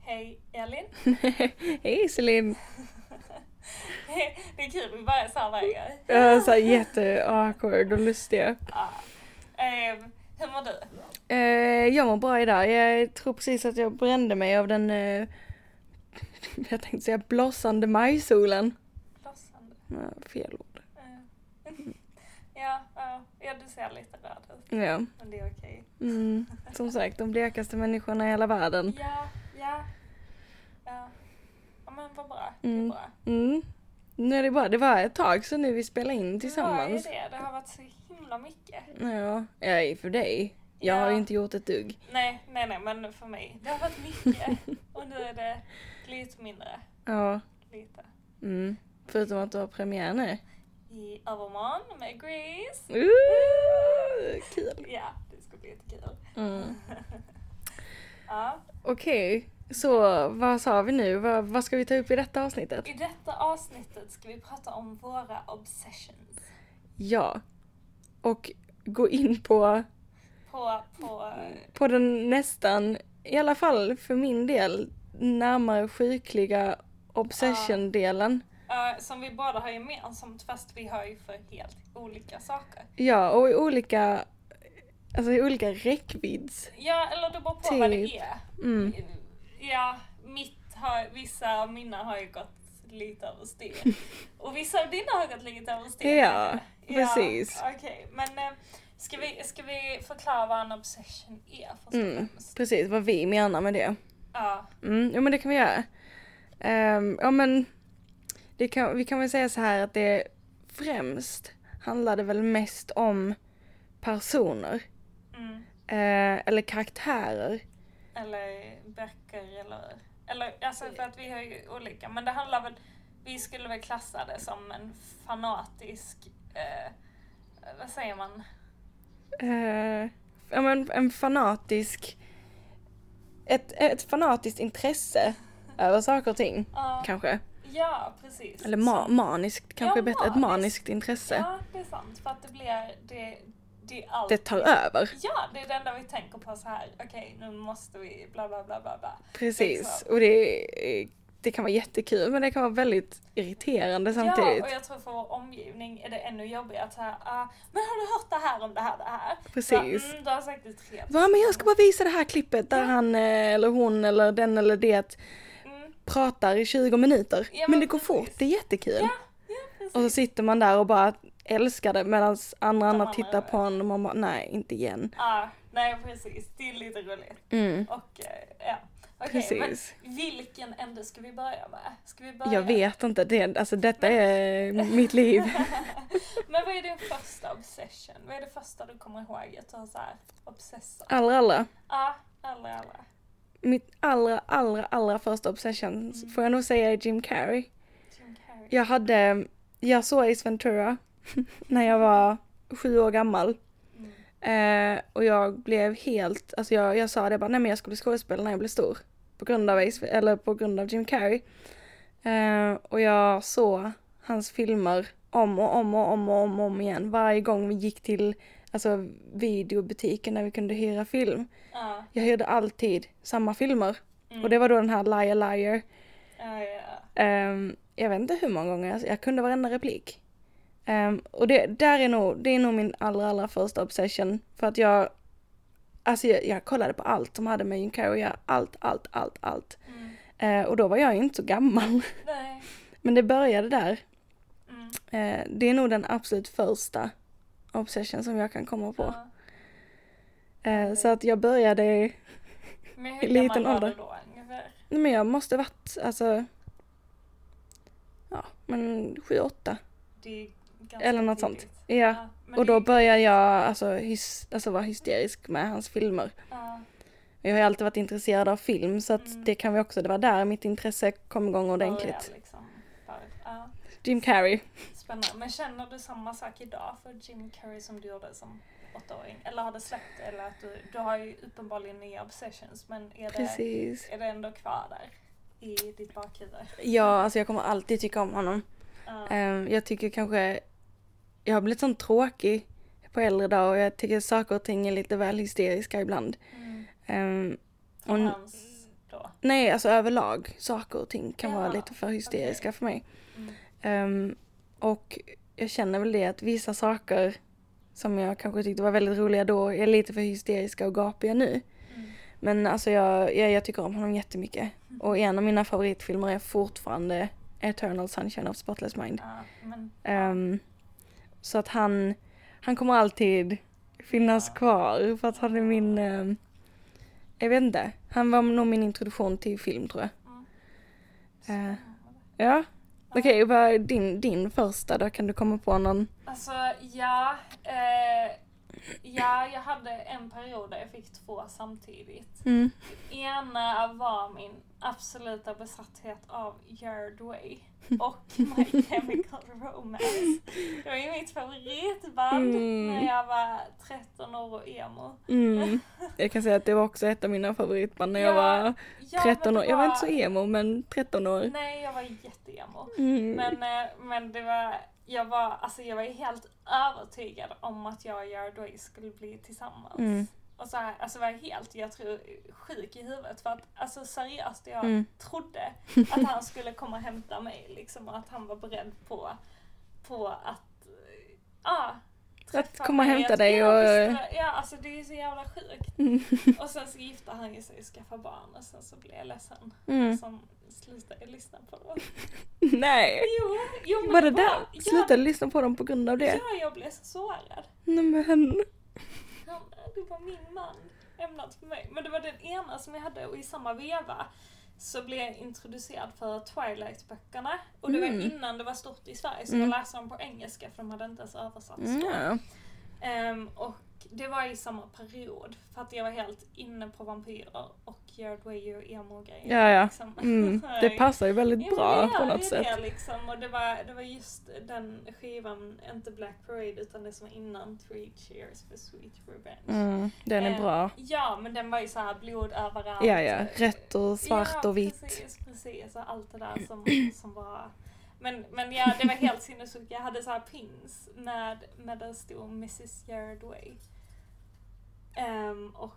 Hej Elin. Hej Celine! det är kul, vi börjar såhär varje gång. Uh, så här jätte-awkward och lustiga. Ja. Ehm, hur mår du? Eh, jag mår bra idag. Jag tror precis att jag brände mig av den, eh, jag tänkte säga blossande majsolen. Blossande. Ja, fel ord. Ehm, ja, ja, ja, du ser lite röd ut. Ja. Men det är okej. Mm. Som sagt, de blekaste människorna i hela världen. Ja, ja. Ja. Ja men vad bra. Det är Mm. bra. Mm. Nu är det bara, det var ett tag sedan nu vi spelade in tillsammans. Det, var ju det. det har varit så himla mycket. Ja, ja, i och för dig. Jag har Ja. ju inte gjort ett dugg. Nej, nej, nej, men för mig. Det har varit mycket. Och nu är det lite mindre. Ja. Lite. Mm. Förutom att du har premiär nu. I övermorgon med Grace. Mm. Uh, kul. Ja, det ska bli jättekul. Mm. Ja. Okej, så vad sa vi nu? Vad, vad ska vi ta upp i detta avsnittet? I detta avsnittet ska vi prata om våra obsessions. Ja. Och gå in på, På, på, på den nästan, i alla fall för min del, närmare sjukliga obsession-delen. eh, som vi båda har gemensamt fast vi har ju för helt olika saker. Ja, och i olika, alltså i olika räckvidds. Ja, eller det beror på vad det Typ. är. Mm. Ja, mitt har, vissa av mina har ju gått lite överstyr. Och vissa av dina har gått lite överstyr. Ja, precis. Okej, men eh, ska, vi, ska vi förklara vad en obsession är först och Mm. främst? Precis, vad vi menar med det. Ja, Mm, jo men det kan vi göra. Ehm, ja men, det kan, vi kan väl säga så här att det främst handlade väl mest om personer. mm. eh, eller karaktärer. eller böcker eller, eller alltså Mm. för att vi har ju olika, men det handlar väl, vi skulle väl klassa det som en fanatisk, eh, vad säger man? Eh, ja men en fanatisk, ett, ett fanatiskt intresse över saker och ting Ja, kanske. ja, precis. Eller ma- maniskt kanske är bättre, ett maniskt intresse. Ja, det är sant, för att det blir, det, det är allt. Det tar över. Ja, det är det enda vi tänker på så här. okej nu måste vi bla bla bla bla bla. Precis, Exakt. och det, eh, det kan vara jättekul men det kan vara väldigt irriterande Ja, samtidigt. och jag tror för vår omgivning är det ännu jobbigare att säga, ah, men har du hört det här om det här, det här? Precis. Så, mm, du har sagt det tre Va, men jag ska bara visa det här klippet där han eh, eller hon eller den eller det Mm. pratar i 20 minuter. Ja, men, men det går precis. fort, det är jättekul. Ja, ja precis. Och så sitter man där och bara älskar det medan andra De andra andra tittar bara- på en och man bara nej, inte igen. Ja, nej precis. Det är lite roligt. Mm. Och eh, ja. Okej, Precis. men vilken ände ska vi börja med? Ska vi börja? Jag vet inte, det, alltså detta är mitt liv. men vad är din första obsession? Vad är det första du kommer ihåg? Jag tror såhär, obsessor. Ja, Allra, allra. ah, alla, alla. Mitt allra, allra, allra första obsession får jag nog säga är Jim Carrey. Jim Carrey. Jag hade, jag såg Ace Ventura när jag var sju år gammal. Mm. Eh, och jag blev helt, alltså jag, jag sa det bara, nej men jag skulle bli skådespelare när jag blev stor. På grund av, Ace, eller på grund av Jim Carrey. Eh, och jag såg hans filmer om och om och om och om, och om igen. Varje gång vi gick till alltså, videobutiken där vi kunde hyra film. Ja, Jag hyrde alltid samma filmer. Mm. Och det var då den här Liar Liar. ja, ja. Ehm, jag vet inte hur många gånger, jag, jag kunde varenda replik. Ehm, och det, där är nog, det är nog min allra, allra första obsession. För att jag, alltså jag, jag kollade på allt som hade med Jim Carrey att göra. Allt, allt, allt, allt. Mm. Eh, och då var jag ju inte så gammal. Nej. Men det började där. Mm. Eh, det är nog den absolut första obsession som jag kan komma på. Ja. Eh, så att jag började, Men I hur liten gammal var ålder. du då ungefär? nej men jag måste varit, alltså, ja men sju, åtta. Det är ganska Eller något tidigt. sånt. Ja. Ja, men Och det då är- började jag alltså, hys- alltså vara hysterisk med hans filmer. ja. Jag har ju alltid varit intresserad av film så att Mm. det kan vi också, det var där mitt intresse kom igång ordentligt. börjar liksom. Bara, ja. Jim Carrey. Spännande. Men känner du samma sak idag för Jim Carrey som du gjorde som åttaåring? Eller har det släppt? Eller att du, du har ju uppenbarligen nya obsessions men är det, Precis. är det ändå kvar där i ditt bakhuvud? Ja, alltså jag kommer alltid tycka om honom. Ja. Ehm, jag tycker kanske, jag har blivit sån tråkig på äldre dag och jag tycker saker och ting är lite väl hysteriska ibland. Mm. Ehm, Som och- hans då. Nej, alltså överlag. Saker och ting kan vara Jaha, lite för hysteriska för mig. Mm. Ehm, och jag känner väl det att vissa saker som jag kanske tyckte var väldigt roliga då är lite för hysteriska och gapiga nu. Mm. Men alltså jag, jag, jag tycker om honom jättemycket. Och en av mina favoritfilmer är fortfarande Eternal Sunshine of Spotless Mind. Ja, men, Ehm, så att han, han kommer alltid finnas kvar för att han är min, ehm, jag vet inte, han var nog min introduktion till film tror jag. mm. Eh, ja, okej vad är din, din första då? Kan du komma på någon? Alltså ja, eh, ja, jag hade en period där jag fick två samtidigt. Mm. Ena var min absoluta besatthet av Yardway och My Chemical Romance. Det var ju mitt favoritband Mm. när jag var 13 år och emo. Mm. Jag kan säga att det var också ett av mina favoritband när jag Ja, var Ja, men 13 det år. Jag var inte så emo men 13 år. Nej, jag var jätteemo. Mm. Men, eh, men det var, jag var, alltså jag var ju helt övertygad om att jag och Yardway skulle bli tillsammans. Mm. Och så här, alltså var jag helt, jag tror, sjuk i huvudet för att alltså seriöst, jag Mm. trodde att han skulle komma och hämta mig liksom och att han var beredd på, på att, eh, ja. träffa komma och mig. hämta Att- dig ja, och- visst, Ja, alltså det är ju så jävla sjukt. Mm. Och sen så gifte han ju sig och skaffade barn och sen så blev jag ledsen Mm. som slutade lyssna på dem. Nej! Jo, jo men Var det bara- där? Slutade lyssna på dem på grund av det? Ja, jag blev så sårad. Nej men. Han, det var min man ämnat för mig. Men det var den ena som jag hade och i samma veva så blev jag introducerad för Twilight-böckerna. Och det var Mm. innan det var stort i Sverige så Mm. jag läste dem på engelska för de hade inte ens översatts då. Ja. Ehm, och det var i samma period för att jag var helt inne på vampyrer och Yardway och emo-grejer. Ja, ja. liksom. Mm. Det passar ju väldigt Ja, men bra det på är något ju sätt. Det, liksom. och det, var, det var just den skivan, inte Black Parade utan det som var innan Three Cheers for Sweet Revenge. Mm. Den är Eh, bra. Ja, men den var ju så här blod överallt. typ. Ja, ja. Rött och svart Ja, och vitt. precis, precis. Och allt det där som, som var... Men, men ja, det var helt sinnessjukt. Jag hade så här pins med, med där det stod Mrs Yardway. Ehm, och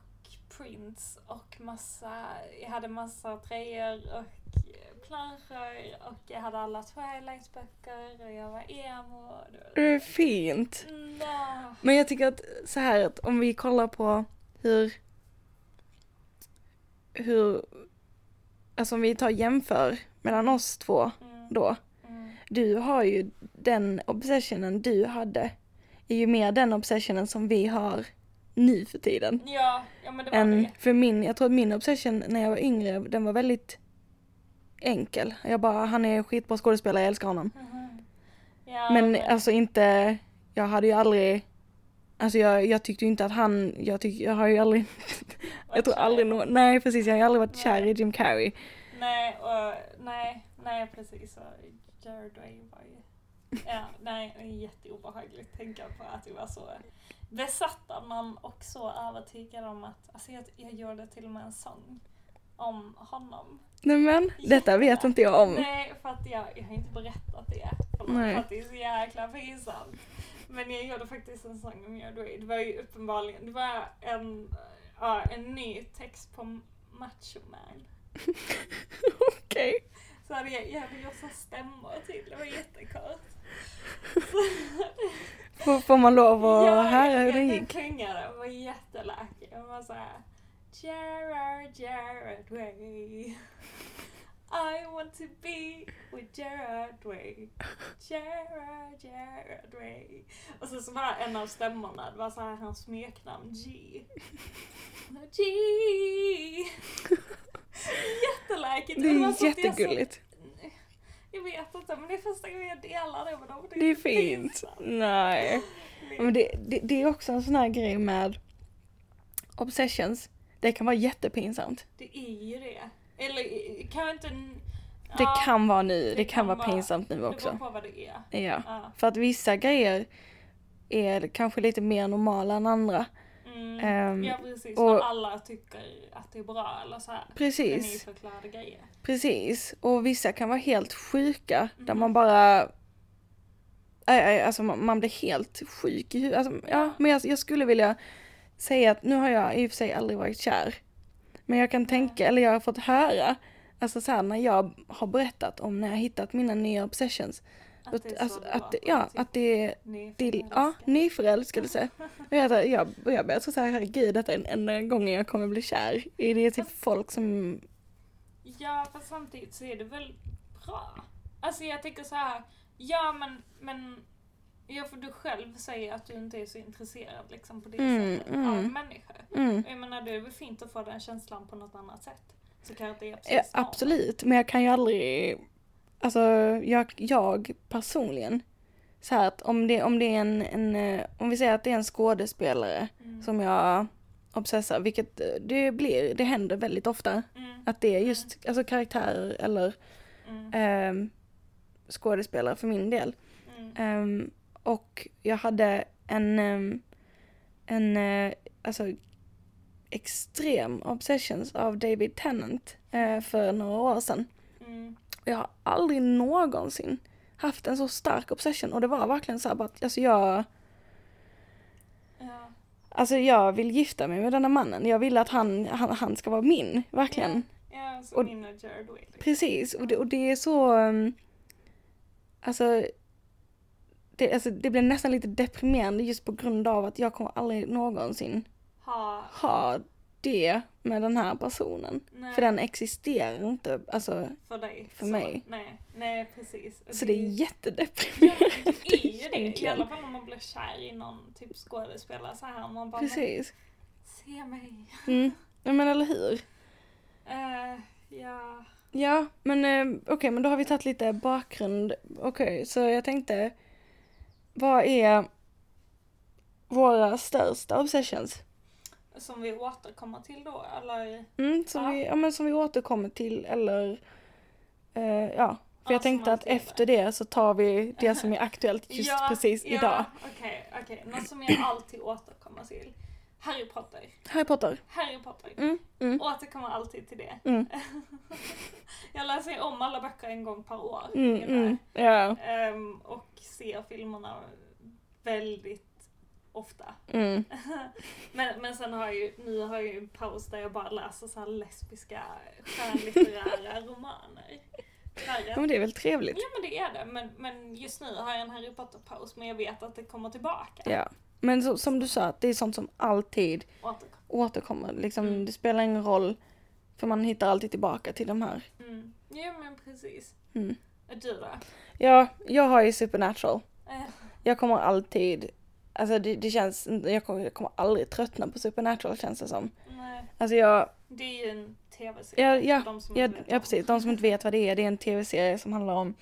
prints och massa, jag hade massa tröjor och planscher och jag hade alla Twilight-böcker och jag var emo. och det var- Eh, Fint. Mm, ja. Men jag tycker att så här att om vi kollar på hur hur alltså om vi tar och jämför mellan oss två Mm, då. mm, Du har ju den obsessionen du hade är ju mer den obsessionen som vi har nu för tiden. ja, ja, men det var än det. för min, jag tror att min obsession när jag var yngre, den var väldigt enkel. Jag bara, han är en skitbra skådespelare, jag älskar honom. Mhm. Ja, Men alltså inte, jag hade ju aldrig, alltså jag, jag tyckte ju inte att han, jag, tyck, jag har ju aldrig, jag tror aldrig någon, nej precis jag har ju aldrig varit kär i Jim Carrey. Nej, och, nej, nej precis. Och Jared Way var ju... Ja, nej, det är jätteobehagligt att tänka på att vi var så besatt av någon och så övertygad om att... Alltså jag, jag gjorde till och med en sång om honom. Nej men, detta vet inte jag om. Nej, för att jag, jag har inte berättat det. Förlåt, Nej. För att det är så jäkla pinsamt. Men jag gjorde faktiskt en sång om Your Way. Det var ju uppenbarligen, det var en, ja, en ny text på Macho Man. Okej. Så hade jag, jag hade gjort så här stämmor till, det var jättekort. Får, får man lov Ja, att höra hur jag- det jag gick? sjungade, det var jätteläckert. Jag var såhär Gerard, Gerard Way I want to be with Gerard Way Gerard, Gerard Way Och sen så var en av stämmorna, det var såhär hans smeknamn G G Jätteläckert! Det Och var är så att jag så- jättegulligt. Jag vet inte, men det är första gången jag delar det med dem. Det är fint. pinsamt. Nej. Ja, Men det, det, det är också en sån här grej med obsessions. Det kan vara jättepinsamt. Det är ju det. Eller eh, kan inte... n- Det ja, kan vara nu, det, det kan kan vara vara- pinsamt nu Det beror också. på vad det är. Ja. Ja. För att vissa grejer är kanske lite mer normala än andra. Mm. Ehm, ja precis, och- och, alla tycker att det är bra eller så här. Den är ju Precis, förklarade grejer. precis. Och vissa kan vara helt sjuka där Mhm. man bara... Aj, aj, alltså man, man blir helt sjuk i huvudet. Alltså, ja, Ja. men jag, jag skulle vilja säga att nu har jag i och för sig aldrig varit kär. Men jag kan tänka, eller jag har fått höra, alltså så här, när jag har berättat om när jag hittat mina nya obsessions. Att det är så alltså, det att, var. ja, att det är till, ja, nyförälskelse. Och jag, jag, och jag började så här, herregud detta är den enda gången jag kommer bli kär. Är det typ folk som, Ja, fast samtidigt så är det väl bra. Alltså jag tycker så här. ja men, men jag får du själv säga att du inte är så intresserad liksom på det Mm, sättet mm. av människor. mm. Och Jag menar det är väl fint att få den känslan på något annat sätt. Så karate är Ja, precis norm. absolut, men jag kan ju aldrig, alltså jag, jag personligen, så här att om det, om det är en, en, eh, om vi säger att det är en skådespelare Mm. som jag obsessar, vilket eh, det blir, det händer väldigt ofta, Mm, att det är just alltså, karaktärer eller mm, ehm, skådespelare för min del. mm, Ehm, och jag hade en, ehm, en eh, alltså, extrem obsessions av David Tennant eh, för några år sedan. mm, Och Jag har aldrig någonsin haft en så stark obsession och det var verkligen så här bara att alltså jag, ja. alltså jag vill gifta mig med denna mannen. Jag vill att han, han, han ska vara min, verkligen. Ja, så Och- mina Jared Way. liksom. Precis, och det, och det är så... ehm, Alltså det, alltså... det blir nästan lite deprimerande just på grund av att jag kommer aldrig någonsin Ha, ha det med den här personen. nej, För den existerar inte, alltså. för dig. för så. mig. Nej, nej precis. Och Så det är ju- jättedeprimerande. det är ju det, i egentligen. alla fall om man blir kär i någon typ skådespelare så här. Man bara, men, Precis. se mig. Mm. Ja, Men eller hur? Eh, ja. Ja, men eh, okej, men då har vi tagit lite bakgrund. Okej, så jag tänkte. Vad är våra största obsessions? Som vi återkommer till då, eller? Mm, som, Ja. Vi, ja, men som vi återkommer till eller eh, ja. För Ja, jag tänkte som att alltid är efter det så tar vi det som är aktuellt just precis ja, idag. Okej, okej. Något som jag alltid återkommer till. Harry Potter. Harry Potter. Harry Potter. Mm, mm, Återkommer alltid till det. Mm. jag läser ju om alla böcker en gång per år. mm, ungefär. mm, ja, Ehm, och ser filmerna väldigt ofta. mm, Men, men sen har jag ju, nu har jag ju en paus där jag bara läser så här lesbiska skönlitterära romaner. Tyvärr. ja, men det är väl trevligt. Ja men det är det, men, men just nu har jag en Harry Potter-paus men jag vet att det kommer tillbaka. Ja. Men så, som du sa, att det är sånt som alltid Återkom. återkommer. Liksom, Mm. Det spelar ingen roll för man hittar alltid tillbaka till de här. Mm. Ja men precis. Mm. Och Du då? Ja, jag har ju Supernatural. Eh, Jag kommer alltid, alltså det, det känns, jag kommer, jag kommer aldrig tröttna på Supernatural känns det som. nej. Alltså jag, Det är ju en tv-serie. Ja, för ja, de som Ja, inte vet ja om. precis, de som inte vet vad det är, det är en tv-serie som handlar om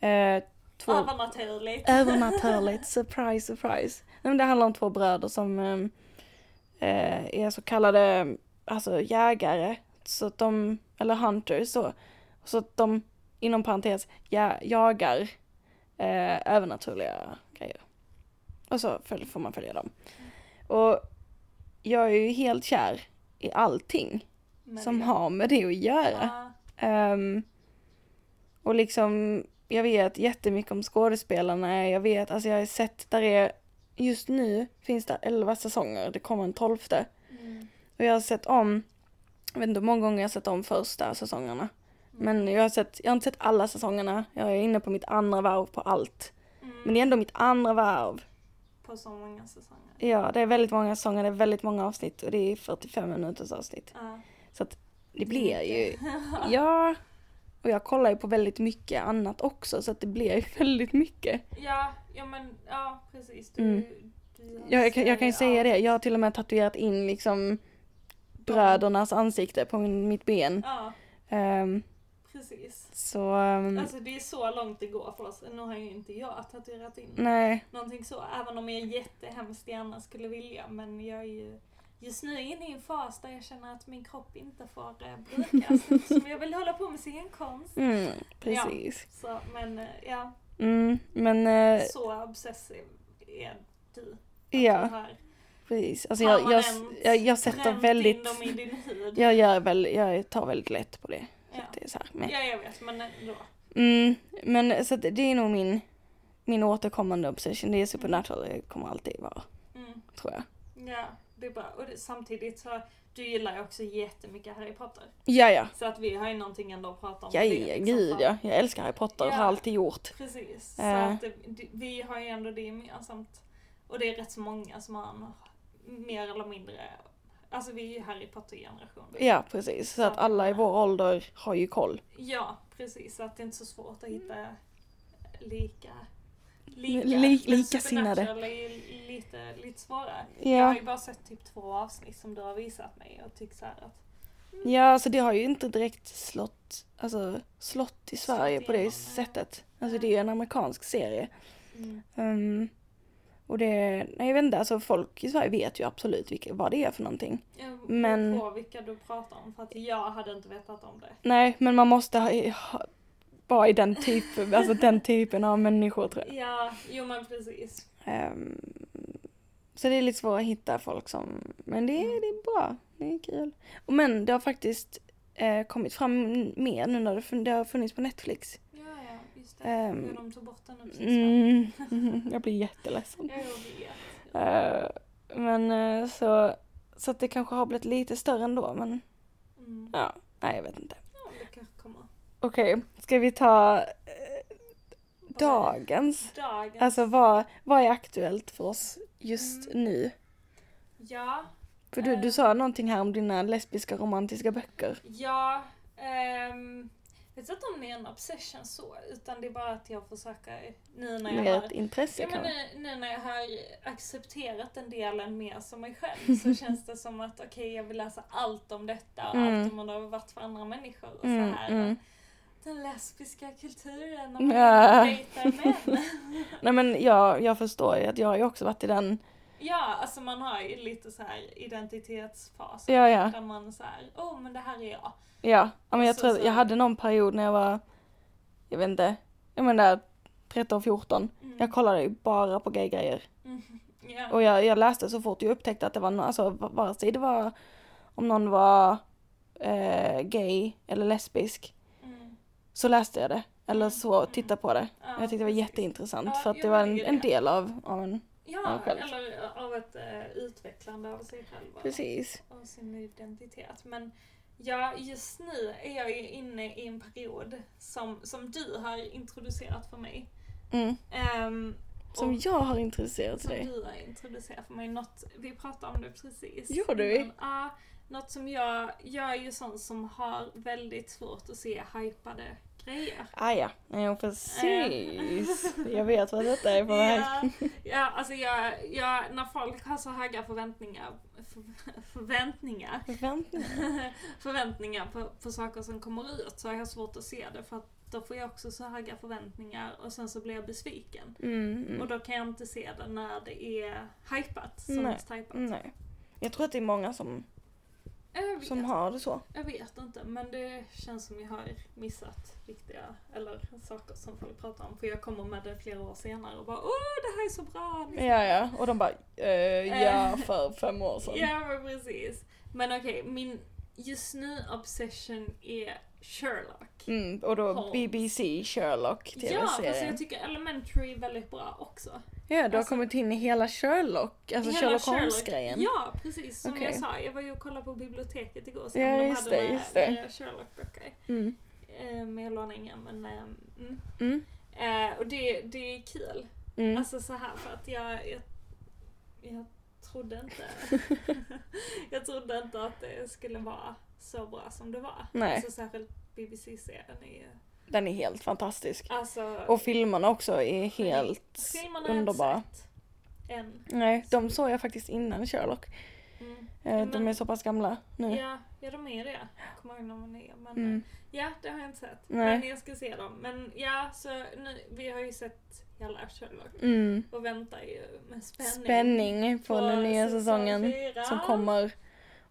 eh, två Ah, Eh, Övernaturligt. övernaturligt, surprise surprise. Nej, men det handlar om två bröder som eh, eh, är så kallade alltså, jägare, så att de, eller hunters så. Så att de, inom parentes, ja, jagar eh, övernaturliga grejer. Och så följ, får man följa dem. Och jag är ju helt kär i allting Men som det- har med det att göra. Ja, Ehm, och liksom, jag vet jättemycket om skådespelarna. Jag vet, alltså jag har sett, där är, just nu finns det 11 säsonger, det kommer en tolfte. mm, Och jag har sett om, jag vet inte hur många gånger jag har sett om första säsongerna. Men jag har, sett, jag har inte sett alla säsongerna, jag är inne på mitt andra varv på allt. mm, Men det är ändå mitt andra varv. På så många säsonger. Ja, det är väldigt många säsonger, det är väldigt många avsnitt och det är 45 minuters avsnitt. Ja. Det blir ju Ja. Och jag kollar ju på väldigt mycket annat också så att det blir ju väldigt mycket. ja, ja men ja precis. Du, du Mm. Jag, jag, kan- jag kan ju ser- ja. säga det, jag har till och med tatuerat in liksom brödernas ansikte på min, mitt ben. Ja, Ehm, precis. så ehm, Alltså det är så långt det går för oss. Nu har ju inte jag tatuerat in nej, någonting så. Även om jag jättehemskt gärna skulle vilja. Men jag är ju just nu inne i en fas där jag känner att min kropp inte får eh, brukas. som jag vill hålla på med scenkonst. mm, precis. Så, men eh, ja, Mm, men eh, så obsessiv är du. Att Du ja, har precis. Alltså jag, jag, permanent jag, jag sätter bränt in väldigt, dem i din hud. jag, gör väl, jag tar väldigt lätt på det. Så Ja. att det är så här, men- ja, jag vet. Men ändå. Mm, men så att det är nog min, min återkommande obsession. Det är supernatural, det kommer alltid vara, Mm. tror jag. Ja, det är bra. Och det, samtidigt så, du gillar ju också jättemycket Harry Potter. Ja, ja. Så att vi har ju någonting ändå att prata om. Ja, det, ja, liksom. gud ja. Jag älskar Harry Potter och har Ja. alltid gjort. Precis. Eh. Så att det, det- vi har ju ändå det gemensamt. Och det är rätt så många som har en- mer eller mindre, alltså vi är ju Harry Potter-generationen. Ja, precis. Så att alla i vår ålder har ju koll. Ja, precis. Så att det är inte så svårt att hitta lika... Mm. Li- men likasinnade. Supernatural är ju lite, lite svårare. Ja. Jag har ju bara sett typ två avsnitt som du har visat mig och tyckt såhär att... Ja, alltså det har ju inte direkt slått, alltså, slått i Sverige på det igenom. sättet. Alltså det är ju en amerikansk serie. Mm. Ehm, och det, nej jag vet inte, alltså folk i Sverige vet ju absolut vilka, vad det är för någonting. Jag Men- men... på vilka du pratar om för att jag hade inte vetat om det. Nej, men man måste ha, ha, vara i den, typ, alltså, den typen av människor tror jag. Ja, jo men precis. Ehm, så det är lite svårt att hitta folk som, men det, Mm. är- det är bra, det är kul. Och men det har faktiskt eh, kommit fram mer nu när det, fun- det har funnits på Netflix. Ja, ja, just det. Ehm. Jo, de tog bort den nu precis. va? Mm, jag blir jätteledsen. Ja, jag vet. Eh, men eh, så, så att det kanske har blivit lite större ändå men Mm. ja, nej jag vet inte. Ja, det kanske kommer. Okej, ska vi ta eh, Vad är dagens? Dagens. Alltså vad, vad är aktuellt för oss just nu? Ja. För du, du Mm. Eh. sa någonting här om dina lesbiska romantiska böcker. Ja, ehm, jag vet inte om det är en obsession så, utan det är bara att jag försöker nu när jag Mer ett har intresse Ja, men kanske. nu, nu när jag har accepterat den delen mer som mig själv så känns det som att okej jag vill läsa allt om detta och Mm. allt om hur det har varit för andra människor och Mm, så här. mm. Den lesbiska kulturen och man Ja. dejtar män. Nej men jag, jag förstår ju att jag har ju också varit i den, Ja, alltså man har ju lite så här identitetsfas ja ja. där man så här, åh oh, men det här är jag. Ja, ja, men jag Så- tror att så- jag hade någon period när jag var, jag vet inte, jag menar 13, 14. Mm. Jag kollade ju bara på gay-grejer. Ja. Och jag, jag läste så fort jag upptäckte att det var, nå- alltså v- vare sig det var om någon var eh, gay eller lesbisk Mm. så läste jag det. Eller så Mm. tittade på det. Ja, Jag tyckte det var precis. jätteintressant Ja, för att det jo, var det en, är en det. av, av en... Ja, Ja, själv. eller av ett eh, utvecklande av sig själv och- Precis. och sin identitet. Men ja, just nu är jag ju inne i en period som, som du har introducerat för mig. Mm. Ehm, Som och, jag har intresserat som dig. du har introducerat för mig. Något, vi pratade om det precis. Gjorde vi? innan. Ja, något som jag, jag är ju sån som har väldigt svårt att se hypade grejer. Ah, ja, ja precis. Jag vet vad detta är för väg. Ja, ja, alltså jag, jag, när folk har så höga förväntningar, för, förväntningar Förväntningar. förväntningar på, på saker som kommer ut så har jag svårt att se det för att då får jag också så höga förväntningar och sen så blir jag besviken. Mm, mm. Och då kan jag inte se det när det är hypat. Som Nej. mest hypat. Nej. Jag tror att det är många som, Jag, vet, som har det så. jag vet inte men det känns som jag har missat riktiga, eller saker som folk pratar om. För jag kommer med det flera år senare och bara åh det här är så bra! liksom. Ja, ja. Och de bara, eh, ja, Eh. för fem år sedan. Ja men precis. Men okej, min just nu obsession är Sherlock. Mm, och då Holmes. BBC Sherlock Ja, fast tv-serien. jag tycker Elementary är väldigt bra också. Ja, du har alltså- kommit in i hela Sherlock, alltså Hela Sherlock Holmes-grejen. Ja, precis. Som Mm. Okej. jag sa, jag var ju och kollade på biblioteket igår och Ja, om just de hade det, några just det. eh, Sherlock-böcker. Mm. Eh, Men jag lånade inga, men... eh, Mm. Mm. Eh, Och det, det är kul. Mm. Alltså så här för att jag... Jag, jag trodde inte... jag trodde inte att det skulle vara så bra som det var. Nej. Alltså särskilt BBC-serien är ju... Den är helt fantastisk. Alltså... Och filmerna också är helt filmerna har jag inte underbara. sett Än. Nej, de såg jag faktiskt innan Sherlock. Mm. Eh, De Men- är så pass gamla nu. Ja, ja, de är det. Jag kommer ihåg när man är. Men, Mm. Ja, det har jag inte sett. Nej. Men jag ska se dem. Men ja, så nu, vi har ju sett hela Sherlock Mm. och väntar ju med spänning. Spänning på den nya säsong säsongen fyra. som kommer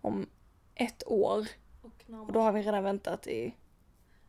om ett år. Och Och när då då... har vi redan väntat i...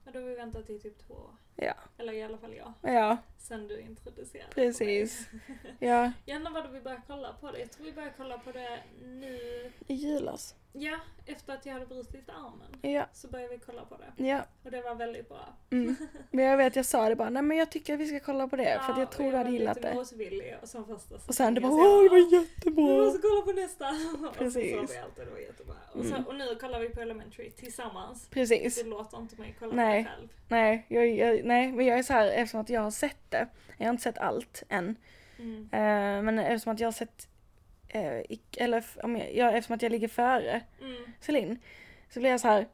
Men då har vi väntat i typ två år. Ja. Eller i alla fall jag. Ja, Sen du introducerade precis. för mig. Ja, Jag undrar vad vi började kolla på det. Jag tror vi började kolla på det nu i julas. Ja, efter att jag hade brutit armen Ja, så började vi kolla på det. ja. Och det var väldigt bra. Mm. Men jag vet, jag sa det bara, nej men jag tycker att vi ska kolla på det för att Ja, jag och tror du hade gillat Jag det. var lite motvillig och sen första Och sen du bara, säsongen åh det så jag var bara, Vi jättebra! måste kolla på nästa! Precis. Och så sa vi allt och det var jättebra. Och, Mm. sen, och nu kollar vi på Elementary tillsammans. Precis. Du låter inte mig kolla Nej. på det själv. Nej, jag, jag, nej, men jag är så här eftersom att jag har sett det. Jag har inte sett allt än. Mm. Eh, men eftersom att jag har sett, eh, i, eller f- om jag, jag, eftersom att jag ligger före Mm. Celine så blir jag så här.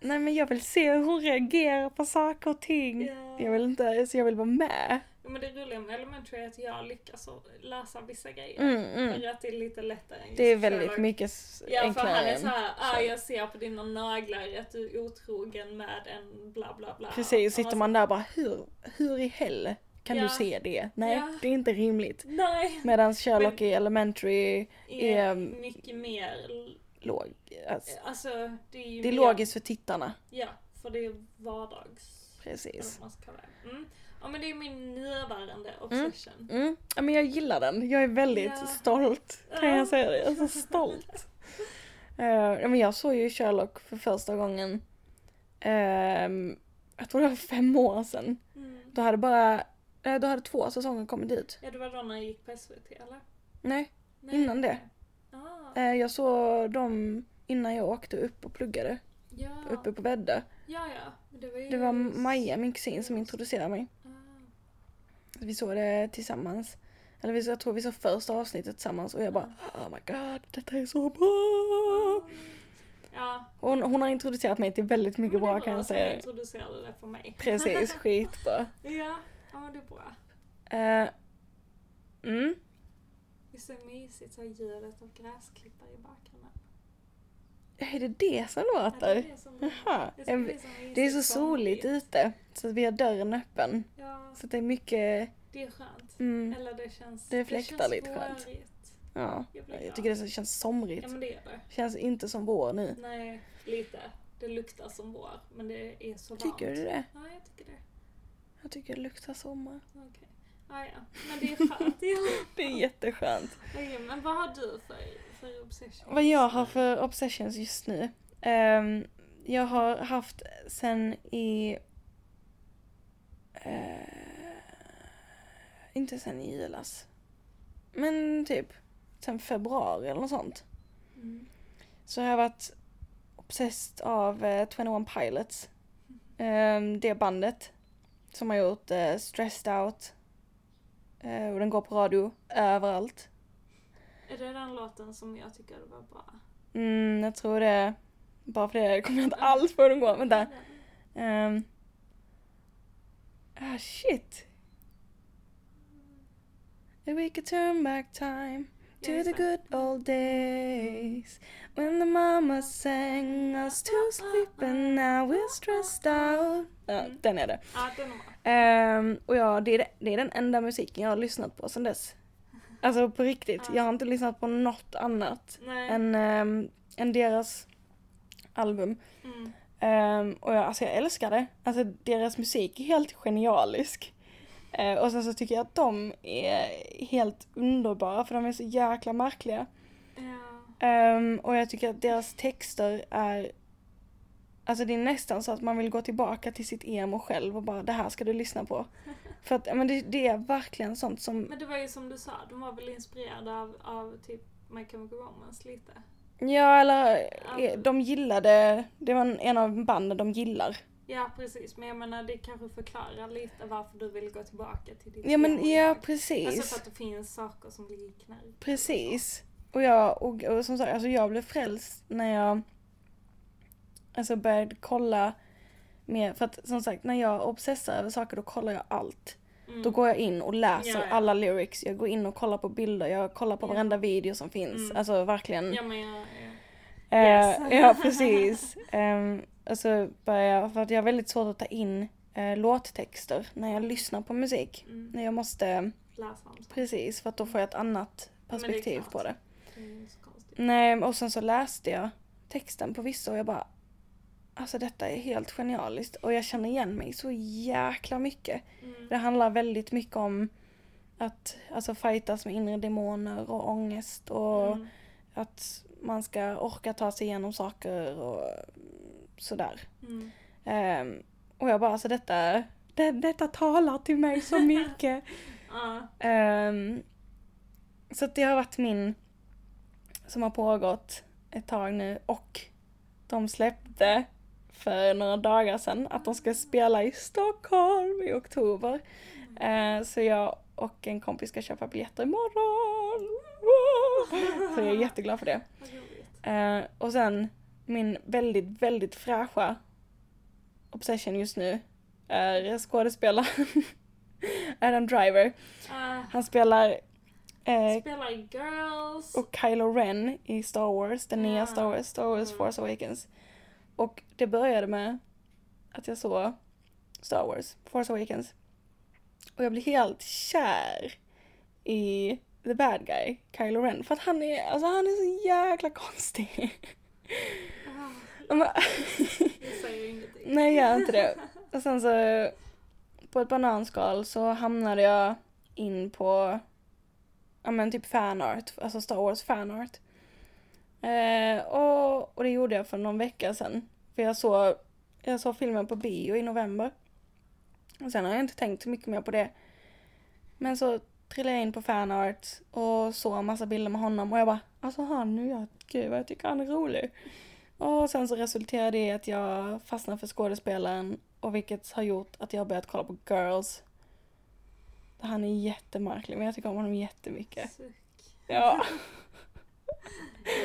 Nej men jag vill se hur hon reagerar på saker och ting. Ja. Jag vill inte, så jag vill vara med. Ja, Men det roliga med Elementary är att jag lyckas att läsa vissa grejer. Mm, mm. För att det är lite lättare än Det är just väldigt Sherlock. mycket s- Ja för han enklare. är än- såhär, ah, så. jag ser på dina naglar att du är otrogen med en bla bla bla. Precis, Och sitter man där bara hur, hur i hell kan Ja. du se det? Nej, Ja. det är inte rimligt. så- Nej! Medan Sherlock i Elementary Är Ehm. mycket mer, l- låg, alltså, alltså det är ju det är mer- logiskt för tittarna. Ja, för det är vardags... eller Precis. vad man ska kalla det. Mm. Ja men det är min närvarande obsession. Mm. Ja, men jag gillar den. Jag är väldigt Ja. stolt kan Ja. jag säga det. Jag är så stolt. Eh, ja, men jag såg ju Sherlock för första gången, ehm, jag tror det var fem år sedan. Mm. Då hade bara, eh, då hade två säsonger kommit ut. Ja det var då när jag gick på SVT eller? Nej, Nej. Innan det. Ah, eh, jag såg dem innan jag åkte upp och pluggade ja. uppe på Väddö. ja ja. Men Det var, ju... Det var Maja, min kusin, som introducerade mig. Ah. Vi såg det tillsammans. Eller vi- jag tror vi såg första avsnittet tillsammans och jag bara Oh my god, detta är så bra! Ja. Och Hon, hon har introducerat mig till väldigt mycket men det bra var kan jag att jag säga. introducerade det för mig. Precis, skitbra. Ja, ja men det är bra. Uh, mm, Det är så mysigt så ljudet av gräsklippare i bakgrunden. är det det som Ja, det är låter? det som- Jaha. det ska Jag- bli så mysigt Det är så soligt somrigt. ute så att vi har dörren öppen. Ja, Så att det är mycket, det är skönt. mm, Eller det känns... Det fläktar känns lite skönt. vårigt. ja. Jag blir Jag glad. tycker det så- känns somrigt. Ja men det är det. Känns inte som vår nu. Nej, lite. Det luktar som vår, men det är så varmt. Tycker du det? Ja, jag tycker det. Jag tycker det luktar sommar. Okej. Ja, ja. Men det är skönt. ja. Det är jätteskönt. Okej, men vad har du för, för obsession? Vad jag har för obsessions just nu. Ehm, jag har haft sen i... eh, inte sen i julas. Men typ sen februari eller något sånt. Mm. Så har jag varit obsessed av eh, 21 Pilots. Ehm, det bandet. Som har gjort eh, Stressed Out. Eh, och den går på radio överallt. Är det den låten som jag tycker var bra? Mm, jag tror det. Bara för det kommer jag inte alls på hur den går. Vänta. Den. Um, ah shit. And we could turn back time Ja, to just the det. good old days when the mama sang us to sleep and now we're stressed out. Ja, Mm. den är det. Ja, den var bra. Ehm, och ja, det är, det- det är den enda musiken jag har lyssnat på sedan dess. Alltså på riktigt, Ja. jag har inte lyssnat på något annat Nej. än, ehm, än deras album. Mm. Ehm, och jag, alltså jag älskar det. Alltså deras musik är helt genialisk. Eh, och sen så tycker jag att de är helt underbara för de är så jäkla märkliga. Ja. Ehm, och jag tycker att deras texter är... Alltså det är nästan så att man vill gå tillbaka till sitt emo själv och bara det här ska du lyssna på. För att ja, men det, det är verkligen sånt som... Men det var ju som du sa, de var väl inspirerade av, av typ My Chemical Romance lite. Ja eller eh, de gillade, det var en, en av banden de gillar. Ja precis, men jag menar det kanske förklarar lite varför du vill gå tillbaka till ditt Ja men gamla. ja Alltså för precis. att det finns saker som liknar. Precis. Och jag, och, och som sagt, alltså jag blev frälst när jag alltså började kolla mer, för att som sagt när jag obsessar över saker då kollar jag allt. Mm. Då går jag in och läser Ja, ja. alla lyrics, jag går in och kollar på bilder, jag kollar på Ja. varenda video som finns. Mm. Alltså verkligen. Ja men jag... jag- Eh, Yes. ja, precis. Um, alltså börjar jag, för att jag har väldigt svårt att ta in eh, låttexter när jag lyssnar på musik. Mm. När jag måste, Läsa om saker. precis, för att då får jag ett annat men det är perspektiv klart. på det. Det är ju inte så konstigt. Nej, och sen så läste jag texten på vissa och jag bara Alltså detta är helt genialiskt och jag känner igen mig så jäkla mycket. Mm. Det handlar väldigt mycket om att alltså fightas med inre demoner och ångest och Mm. att man ska orka ta sig igenom saker och mm, sådär. Mm. Ehm, och jag bara, alltså detta, det, detta talar till mig så mycket. Ja. Ehm, så att det har varit min som har pågått ett tag nu och de släppte för några dagar sedan att de ska spela i Stockholm i oktober. Ehm, så jag och en kompis ska köpa biljetter imorgon. Wow! Så jag är jätteglad för det. Vad roligt. Ehm, och sen min väldigt, väldigt fräscha obsession just nu är skådespelaren Adam Driver. Ah, Han spelar eh, spelar i Girls. och Kylo Ren i Star Wars, den Ja. nya Star Wars, Star Wars Mm. Force Awakens. Och det började med att jag såg Star Wars, Force Awakens. Och jag blev helt kär i the bad guy, Kylo Ren. För att han är, alltså han är så jäkla konstig. Ah, Han bara- jag säger ingenting. Nej, jag gör inte det. Och sen så på ett bananskal så hamnade jag in på ja men typ fanart, alltså Star Wars fanart. Eh, och, och det gjorde jag för någon vecka sedan. För jag såg, jag såg filmen på bio i november. Och sen har jag inte tänkt så mycket mer på det. Men så trillade jag in på fanart och såg en massa bilder med honom och jag bara alltså han nu, jag, gud vad jag tycker han är rolig. Och sen så resulterade det i att jag fastnade för skådespelaren och vilket har gjort att jag har börjat kolla på Girls. Han är jättemärklig men jag tycker om honom jättemycket. Suck. Ja.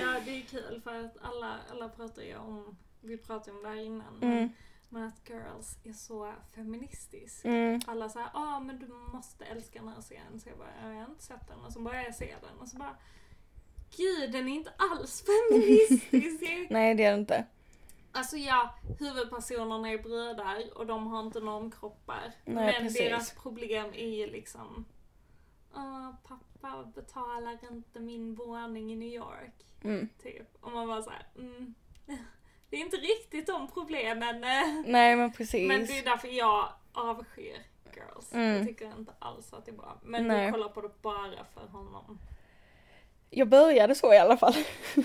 Ja, det är kul för att alla, alla pratar ju om, vi pratade om det här innan, Mm, men att Girls är så feministisk. mm, Alla säger ja ah, men du måste älska den här serien. Så jag bara, "Ja, jag har inte sett den. Och så börjar jag se den och så bara, gud den är inte alls feministisk. Det är- nej det är det inte. alltså ja, huvudpersonerna är bröder och de har inte normkroppar. Nej, men precis. deras problem är ju liksom, "Ah, pappa betalar inte min våning i New York. Mm. Typ. Och man bara såhär, mm, det är inte riktigt de problemen. eh." Nej men precis. Men det är därför jag avskyr girls. Mm. Jag tycker inte alls att det är bra. Men du Nej. kollar på det bara för honom. Jag började så i alla fall.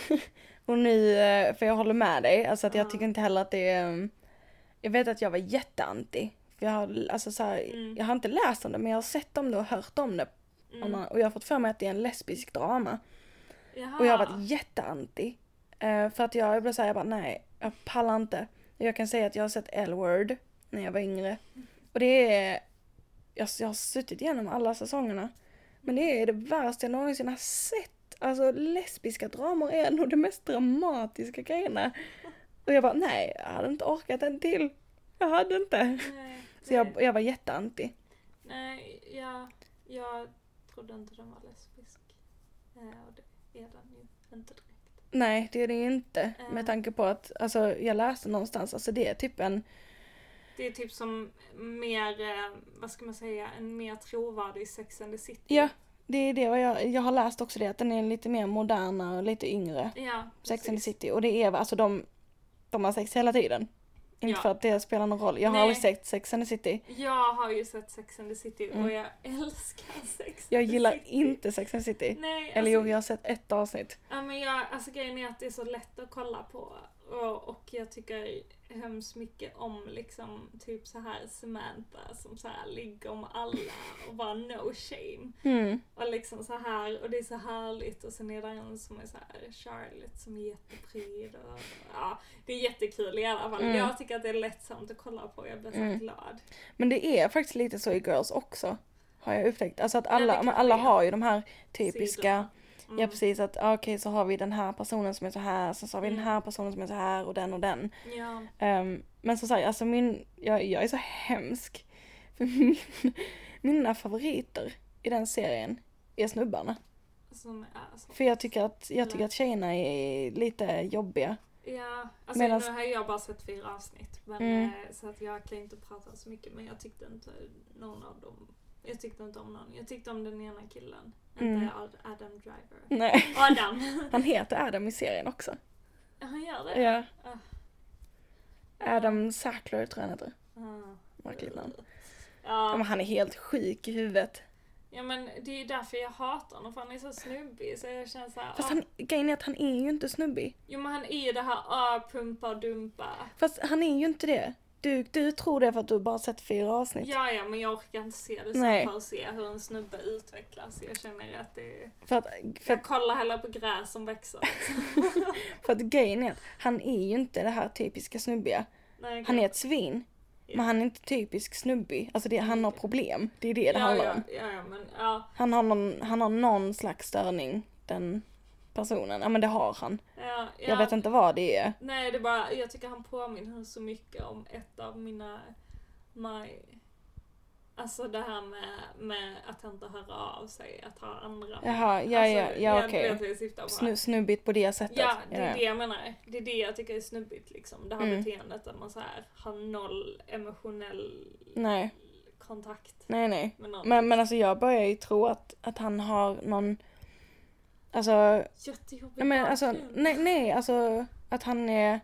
och nu, eh, för jag håller med dig, alltså att jag Ja. tycker inte heller att det är... um, Jag vet att jag var jätteanti. För jag har, alltså, så här, Mm. jag har inte läst om det men jag har sett om det och hört om det. Mm. Om man- Och jag har fått för mig att det är en lesbisk drama. Jaha. Och jag har varit jätteanti. Eh, för att jag, jag blev såhär, jag bara nej, jag pallar inte. Jag kan säga att jag har sett L-word när jag var yngre. Och det är, jag, jag har suttit igenom alla säsongerna. Men det är det värsta jag någonsin har sett. Alltså lesbiska dramer är nog de mest dramatiska grejerna. Och jag bara nej, jag hade inte orkat en till. Jag hade inte. Nej, Så jag, jag var jätteanti. nej jag, jag trodde inte den var lesbisk. Eh, och det är den ju inte direkt. Nej, det är det ju inte. Ja. Med tanke på att, alltså jag läste någonstans, alltså det är typ en, Det är typ som mer, eh, vad ska man säga, en mer trovärdig Sex and the City. Ja, det är det vad jag, jag har läst också det att den är lite mer moderna och lite yngre. ja Sex and the precis. City och det är alltså de, de har sex hela tiden. Inte Ja. för att det spelar någon roll. Jag har Nej. aldrig sett Sex and the City. Jag har ju sett Sex and the City Mm. och jag älskar Sex Jag and the gillar City. inte Sex and the City. Nej, Eller alltså, jo, jag har sett ett avsnitt. Ja men jag, alltså grejen är att det är så lätt att kolla på och, och jag tycker hemskt mycket om liksom typ så här Samantha som så här ligger med alla och bara no shame. Mm. Och liksom så här och det är så härligt och sen är det en som är så här Charlotte som är jättepryd och ja, det är jättekul i alla fall. Mm. Jag tycker att det är lättsamt att kolla på, jag blir så här Mm. glad. Men det är faktiskt lite så i Girls också. Har jag upptäckt. Alltså att det alla, men kanske alla är. har ju de här typiska Sidorna. Mm. Ja precis att ah, okej så har vi den här personen som är så här, sen så har vi Mm. den här personen som är så här och den och den. Ja. Ehm, men som sagt, alltså min, jag, jag är så hemsk. För min, mina favoriter i den serien är snubbarna. Som är så. För jag tycker att, jag tycker att tjejerna är lite jobbiga. Ja, alltså Medans- nu har jag bara sett fyra avsnitt men, Mm. eh, så att jag kan inte prata så mycket men jag tyckte inte någon av dem. Jag tyckte inte om någon. Jag tyckte om den ena killen. Mm. Inte Ad- Adam Driver. Nej. Adam! Han heter Adam i serien också. Han gör det? Ja. Ah. Adam Sackler tror jag han heter. Ah. Märkligt namn. Ja. Ja. Men han är helt sjuk i huvudet. Ja men det är ju därför jag hatar honom för han är så snubbig så jag känner såhär... Fast han, grejen är att han är ju inte snubbig. Jo men han är ju det här ah, pumpa och dumpa. Fast han är ju inte det. Du, du tror det för att du bara sett fyra avsnitt. Ja ja men jag orkar inte se det så Nej. jag får se hur en snubbe utvecklas. Jag känner att det är... För, att, för, Jag kollar hellre på gräs som växer. för att grejen är att han är ju inte det här typiska snubbiga. Nej, Han är ett svin. Men han är inte typisk snubbig. Alltså det, han har problem. Det är det det ja, handlar ja, om. ja, ja, men ja. Han har, någon, han har någon slags störning, den personen. Ja men det har han. ja, ja. Jag vet inte vad det är. Nej, det är bara, jag tycker han påminner så mycket om ett av mina, my, alltså det här med, med att inte höra av sig, att ha andra. Jaha, ja, ja, Alltså, ja du okej. vet vad jag syftar på. Snu, snubbigt på det sättet. Ja, det är Ja, det jag menar. Det är det jag tycker är snubbigt liksom. Det här Mm. beteendet att man så här har noll emotionell Nej, kontakt nej, nej. med någon. Men, men alltså jag börjar ju tro att, att han har någon, alltså, Jättejobbig nej men alltså, bakgrund. nej, nej, alltså att han är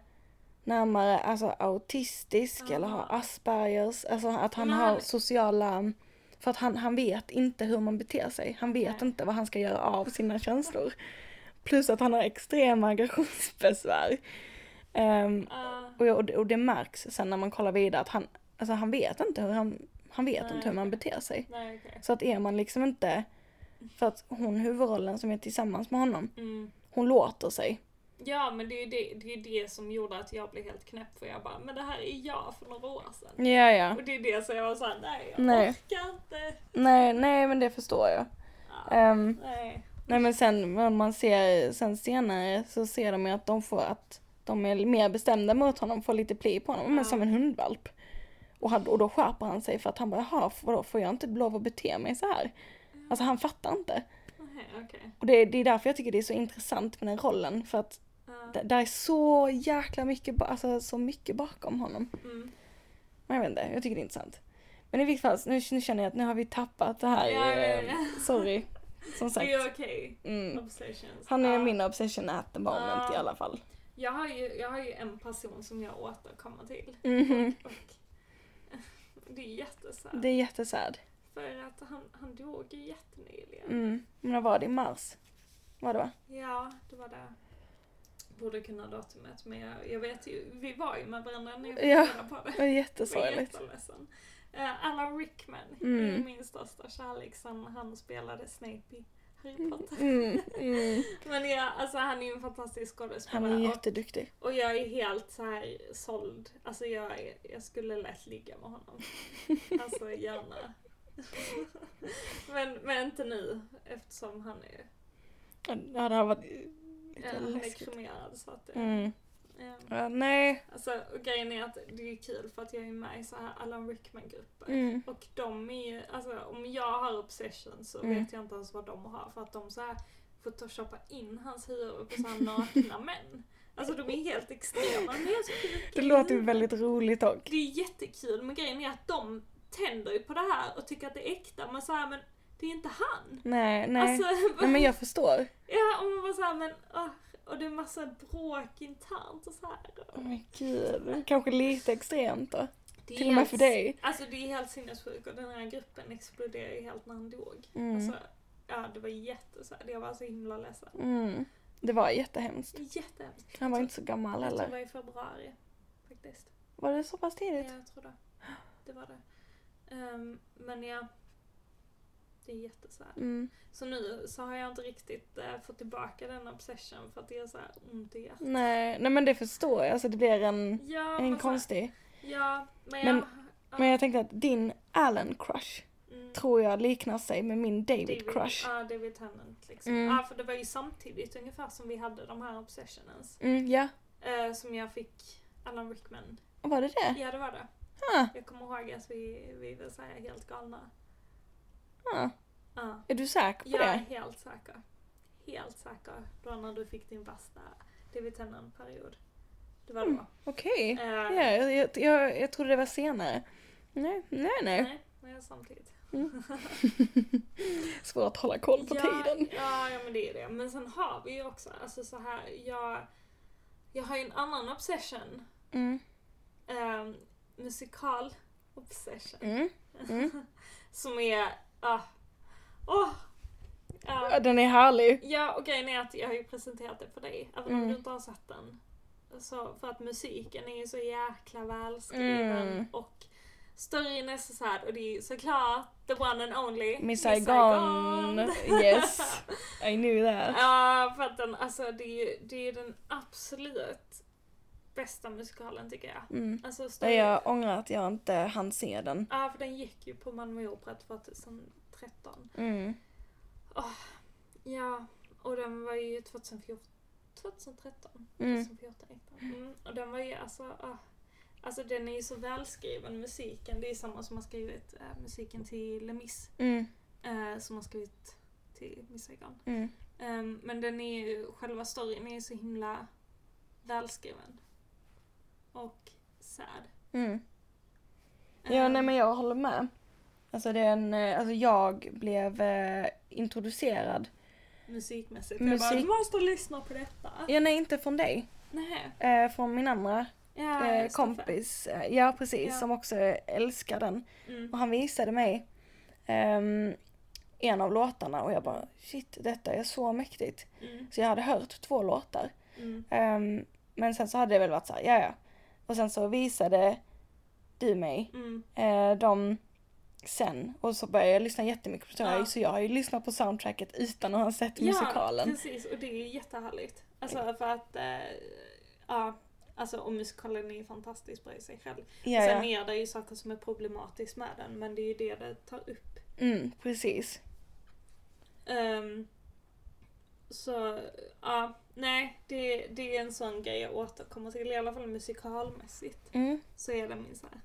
närmare alltså autistisk eller har Aha. Aspergers, alltså att han Men har han- sociala, för att han, han vet inte hur man beter sig, han vet Nej. inte vad han ska göra av sina känslor. Plus att han har extrema aggressionsbesvär. Ehm, Ah, och, jag- och, det- och det märks sen när man kollar vidare att han, alltså han vet inte hur han, han vet Nej. inte hur man beter sig. nej, okej. Så att är man liksom inte, för att hon huvudrollen som är tillsammans med honom, Mm. hon låter sig. Ja men det är ju det, det, är ju det som gjorde att jag blev helt knäpp för jag bara, men det här är jag för några år sedan. Ja, ja. Och det är det som jag var såhär, nej jag Nej. orkar inte. Nej, nej men det förstår jag. Ja, Ehm, nej. nej men sen när man ser, sen senare så ser de ju att de får att de är mer bestämda mot honom, får lite pli på honom, Ja. men som en hundvalp. Och, han, och då skärper han sig för att han bara, jaha, vadå, får jag inte lov att bete mig så här? Alltså han fattar inte. Nej, okej. Och det, det är därför jag tycker det är så intressant med den rollen, för att Ja, det, det är så jäkla mycket, ba- alltså så mycket bakom honom. mm. Men jag vet inte, jag tycker det är intressant. Men i vilket fall, nu, nu känner jag att nu har vi tappat det här. Ja, ja, ja. eh, Sorry. Som Det sagt. är okej. Mm. Obsessions. Han är Ja. min obsession at the moment Ja. i alla fall. Jag har, ju, jag har ju en person som jag återkommer till. Mhm. Och det är jättesad. Det är jättesad. För att han, han dog ju jättenyligen. Mm. Men när var det? I mars? Var det va? Ja, det var det. Borde kunna datumet men jag, jag vet ju, vi var ju med varandra när jag fick Ja. reda på det. Det var Jag är jättesorgligt. jätteledsen. Eh, Alan Rickman Mm. är min största kärlek sen han spelade Snape i Harry Potter. Mm. Mm. Men ja, alltså han är ju en fantastisk Han skådespelare är och, jätteduktig. och jag är helt så här såld. Alltså jag, är- jag skulle lätt ligga med honom. Alltså gärna. men, men inte nu eftersom han är, Ja, det hade varit eh, eh, lite han är läskigt. kremerad så att det, Mm. ehm, Ja, nej. Alltså, och grejen är att det är kul för att jag är med i så här Alan Rickman-grupper. Mm. Och de är ju, alltså om jag har obsession så Mm. vet jag inte ens vad de har för att de så här photoshoppa in hans huvud på så här nakna män. Alltså de är helt extrema. Men jag tycker är Det kul. låter ju väldigt roligt och. Det är jättekul men grejen är att de tänder ju på det här och tycker att det är äkta men så här, men det är inte han. Nej, nej. Alltså, nej men jag förstår. ja och man bara såhär men ah, och det är massa bråk internt och så här. Oh men gud. Kanske lite extremt då. Det är Till och med helt för dig. Alltså det är helt sinnessjukt och den här gruppen exploderade ju helt när han dog. Mm. Alltså, ja det var jättesåhär, jag var så himla ledsen. Mm. Det var jättehemskt. Jättehemskt. Han var inte så gammal Jag tror det heller. var i februari faktiskt. Var det så pass Ja, tidigt? jag tror det. Det var det. Ehm, men ja, det är jättesåhär. Mm. Så nu så har jag inte riktigt eh, fått tillbaka den obsession för att det är såhär ont i hjärtat. Nej, nej men det förstår jag. Alltså det blir en, Ja, men en så- konstig. Ja, men, Men- jag... ja, Men jag tänkte att din Allen crush mm. tror jag liknar sig med min David crush. Ja, David Tennant liksom. Mm. Ja, för det var ju samtidigt ungefär som vi hade de här obsessionens. Mm, ja, Eh, som jag fick Alan Rickman. var det det? Ja, det var det. Ah, Jag kommer ihåg att vi, vi var så här helt galna. ah. Ja. Är du säker på Jag är det? helt säker. Helt säker. Då när du fick din värsta David Tennant-period. Det var Mm. då. Okej. Eh, Ja, jag, jag, jag, jag trodde det var senare. Nej, nej, nej. Nej, men samtidigt. Svårt att hålla koll på ja, tiden. Ja, ja, men det är det. Men sen har vi ju också, alltså så här, jag, jag har ju en annan obsession. Mm. Eh, musikal obsession. Mm. Mm. Som är, ah, Åh! Ja. Ja, Den är härlig. Ja, och grejen är att jag har ju presenterat det för dig, även om Mm. du inte har sett den. Så, för att musiken är ju så jäkla välskriven Mm. och storyn är så så här och det är ju såklart the one and only Miss Saigon. Yes. I knew that. Ja, för att den, alltså det är ju det är ju den absolut bästa musikalen tycker jag. Mm. Alltså storyn, ja. Jag ångrar att jag inte hann se den. för den gick ju på Malmö Opera 2013. Mm. Ja, och den var ju 2014, 2013. Mm. 2014. Mm. Och den var ju alltså, ah. alltså den är ju så välskriven musiken. Det är samma som har skrivit eh, musiken till Le Mis. Mm. Eh, som har skrivit till Miss Saigon. Mm. Ehm, men den är ju, själva storyn är ju så himla välskriven. Och sad. Ehm, Mm. Ja, nej men jag håller med. Alltså, den, eh, alltså jag blev eh, introducerad. Musikmässigt. Jag Musik- bara, du måste lyssna på detta. Ja, nej inte från dig. Nej. Eh, från min andra Ja, eh, Steffe. kompis. Eh, Ja precis, Ja. som också älskar den. Mm. Och han visade mig ehm, en av låtarna och jag bara shit detta är så mäktigt. Mm. Så jag hade hört två låtar. Mm. Ehm, men sen så hade det väl varit så här, ja ja. Och sen så visade du mig Mm. eh, dem sen och så började jag lyssna jättemycket på det här, Ja. så jag har ju lyssnat på soundtracket utan att ha sett musikalen. precis och det är ju jättehärligt. Alltså för att, eh, ja. Alltså och musikalen är ju fantastiskt bra i sig själv. Ja, Sen ja. är det ju saker som är problematiskt med den men det är ju det det tar upp. Mm, precis. Ehm, så ja, nej det, det är en sån grej jag återkommer till. I alla fall musikalmässigt Mm. så är det min så här.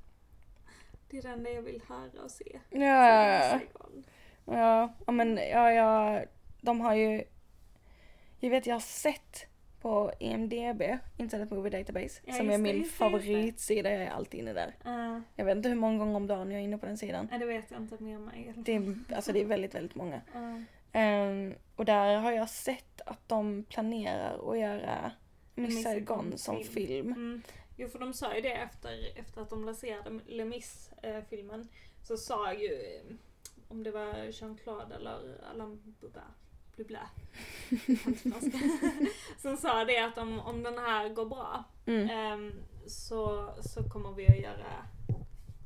Det är den där jag vill höra och se. Så det är Ja. Saigon. Ja, ja, men ja, ja, de har ju... Jag vet, jag har sett på E IMDB, Internet Movie Database, Ja, som just är det, min just det, just det. favoritsida. Jag är alltid inne där. Eh, Jag vet inte hur många gånger om dagen jag är inne på den sidan. Nej det vet jag inte mer om mig. Det är, alltså, det är väldigt, väldigt många. Eh, Ehm, och där har jag sett att de planerar att göra Miss Miss Saigon Saigon som film. film. Mm. Jo för de sa ju det efter, efter att de lanserade Le Mis-filmen så sa ju, eh, om det var Jean-Claude eller Alain Bubba, Blubla, hans franska, som sa det att om, om den här går bra Mm. ehm, så, så kommer vi att göra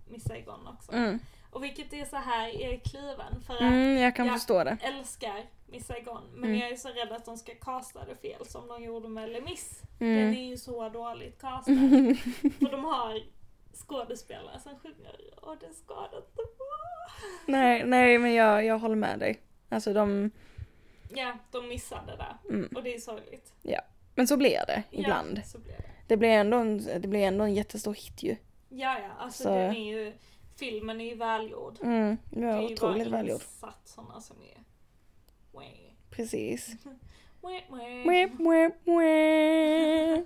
Miss Saigon också. Mm. Och vilket är så här, jag är kluven för att Mm, jag kan eh, Ja. förstå det. jag älskar Miss Saigon men Mm. jag är så rädd att de ska casta det fel som de gjorde med Le Mis. Den Mm. är ju så dåligt castad. För de har skådespelare som sjunger och det ska det inte vara. Nej, nej, men jag, jag håller med dig. Alltså de... Ja, de missade det där. Mm. Och det är sorgligt. Men så blir det ibland. Ja, så blir det. Det blir ändå en, det blir ändå en jättestor hit ju. Ja, ja, alltså Så- den är ju, filmen är ju välgjord. Mm, det Det var är ju otroligt bara välgjord. insatserna som är... Wee, Precis. Mm. wee, wee. Mwep, mwep, mwep.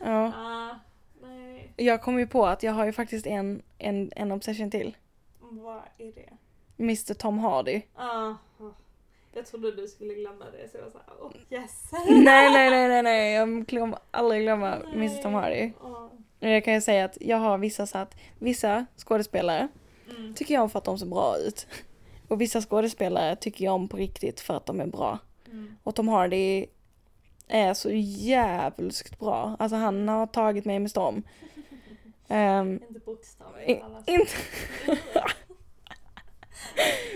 Ja. Ah, nej. Jag kom ju på att jag har ju faktiskt en, en, en obsession till. Vad är det? Mr Tom Hardy. Ah, ah. jag trodde du skulle glömma det så jag var såhär, oh yes. Nej, nej, nej, nej, nej. Jag kommer aldrig glömma Mr Tom Hardy. Ah, Jag kan ju säga att jag har vissa så att vissa skådespelare mm. tycker jag om för att de ser bra ut. Och vissa skådespelare tycker jag om på riktigt för att de är bra. Mm. Och Tom Hardy är så jävulskt bra. Alltså han har tagit mig med storm. Ehm, Inte i- bokstavligt alla inte,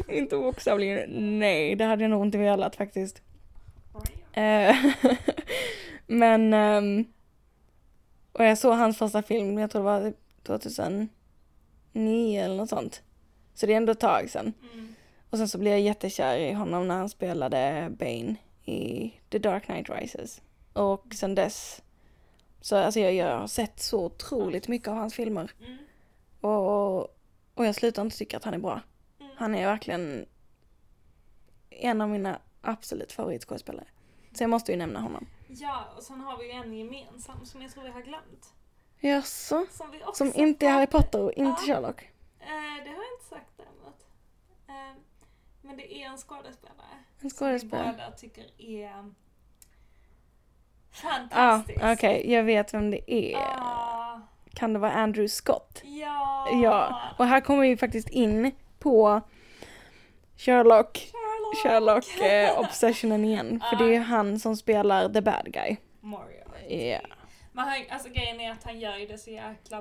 inte bokstavligen, nej det hade jag nog inte velat faktiskt. Eh, men... ehm, och jag såg hans första film, jag tror det var 2009 eller något sånt. Så det är ändå ett tag sedan. Mm. Och sen så blev jag jättekär i honom när han spelade Bane i The Dark Knight Rises. Och sen dess, så alltså jag, jag har sett så otroligt mycket av hans filmer. Mm. Och, och jag slutar inte tycka att han är bra. Mm. Han är verkligen en av mina absolut favoritskådespelare. Så jag måste ju nämna honom. Ja, och sen har vi ju en gemensam som jag tror vi har glömt. Jaså? Som vi också... Som inte är Harry Potter och inte Ja. Sherlock? Eh, det har jag inte sagt däremot. Eh, men det är en skådespelare. Som En skådespelare? Ah, vi båda tycker är... Ja, Fantastisk. okej, jag vet vem det är. Ah, Kan det vara Andrew Scott? ja. Ja, och här kommer vi faktiskt in på Sherlock. Sherlock! Sherlock eh, Obsessionen igen. För det är ju han som spelar the bad guy. Moriarty. Ja, Men han, alltså grejen är att han gör ju det så jäkla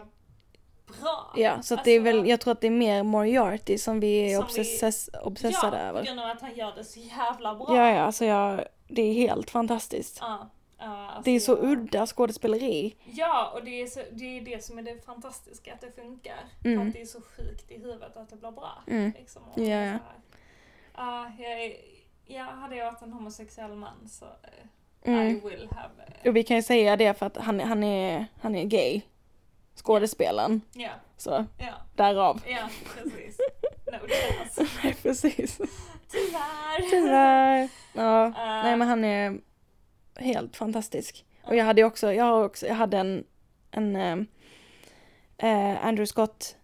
bra. Alltså, ja så att det är väl, jag tror att det är mer Moriarty som vi är Som obsess- obsessade ja, på över. grund av att han gör det så jävla bra. Ja, ja, alltså jag, det är helt fantastiskt. Ja, ja, alltså Det är så jag- udda skådespeleri. Ja, och det är, så, det är det som är det fantastiska, att det funkar. För Mm. att det är så sjukt i huvudet att det blir bra. Mm. Liksom, och Ja, så ja. här. Ja, jag är, ja, hade jag varit en homosexuell man så eh, I Mm. will have... eh, Och vi kan ju säga det för att han, han, är, han är gay. Skådespelaren. Ja, Så ja, därav. ja, precis. No chance. Nej, precis. Tyvärr. Tyvärr. Ja. Eh, Nej men han är helt fantastisk. Och jag hade ju också, jag har också, jag hade en, en eh, eh, Andrew Scott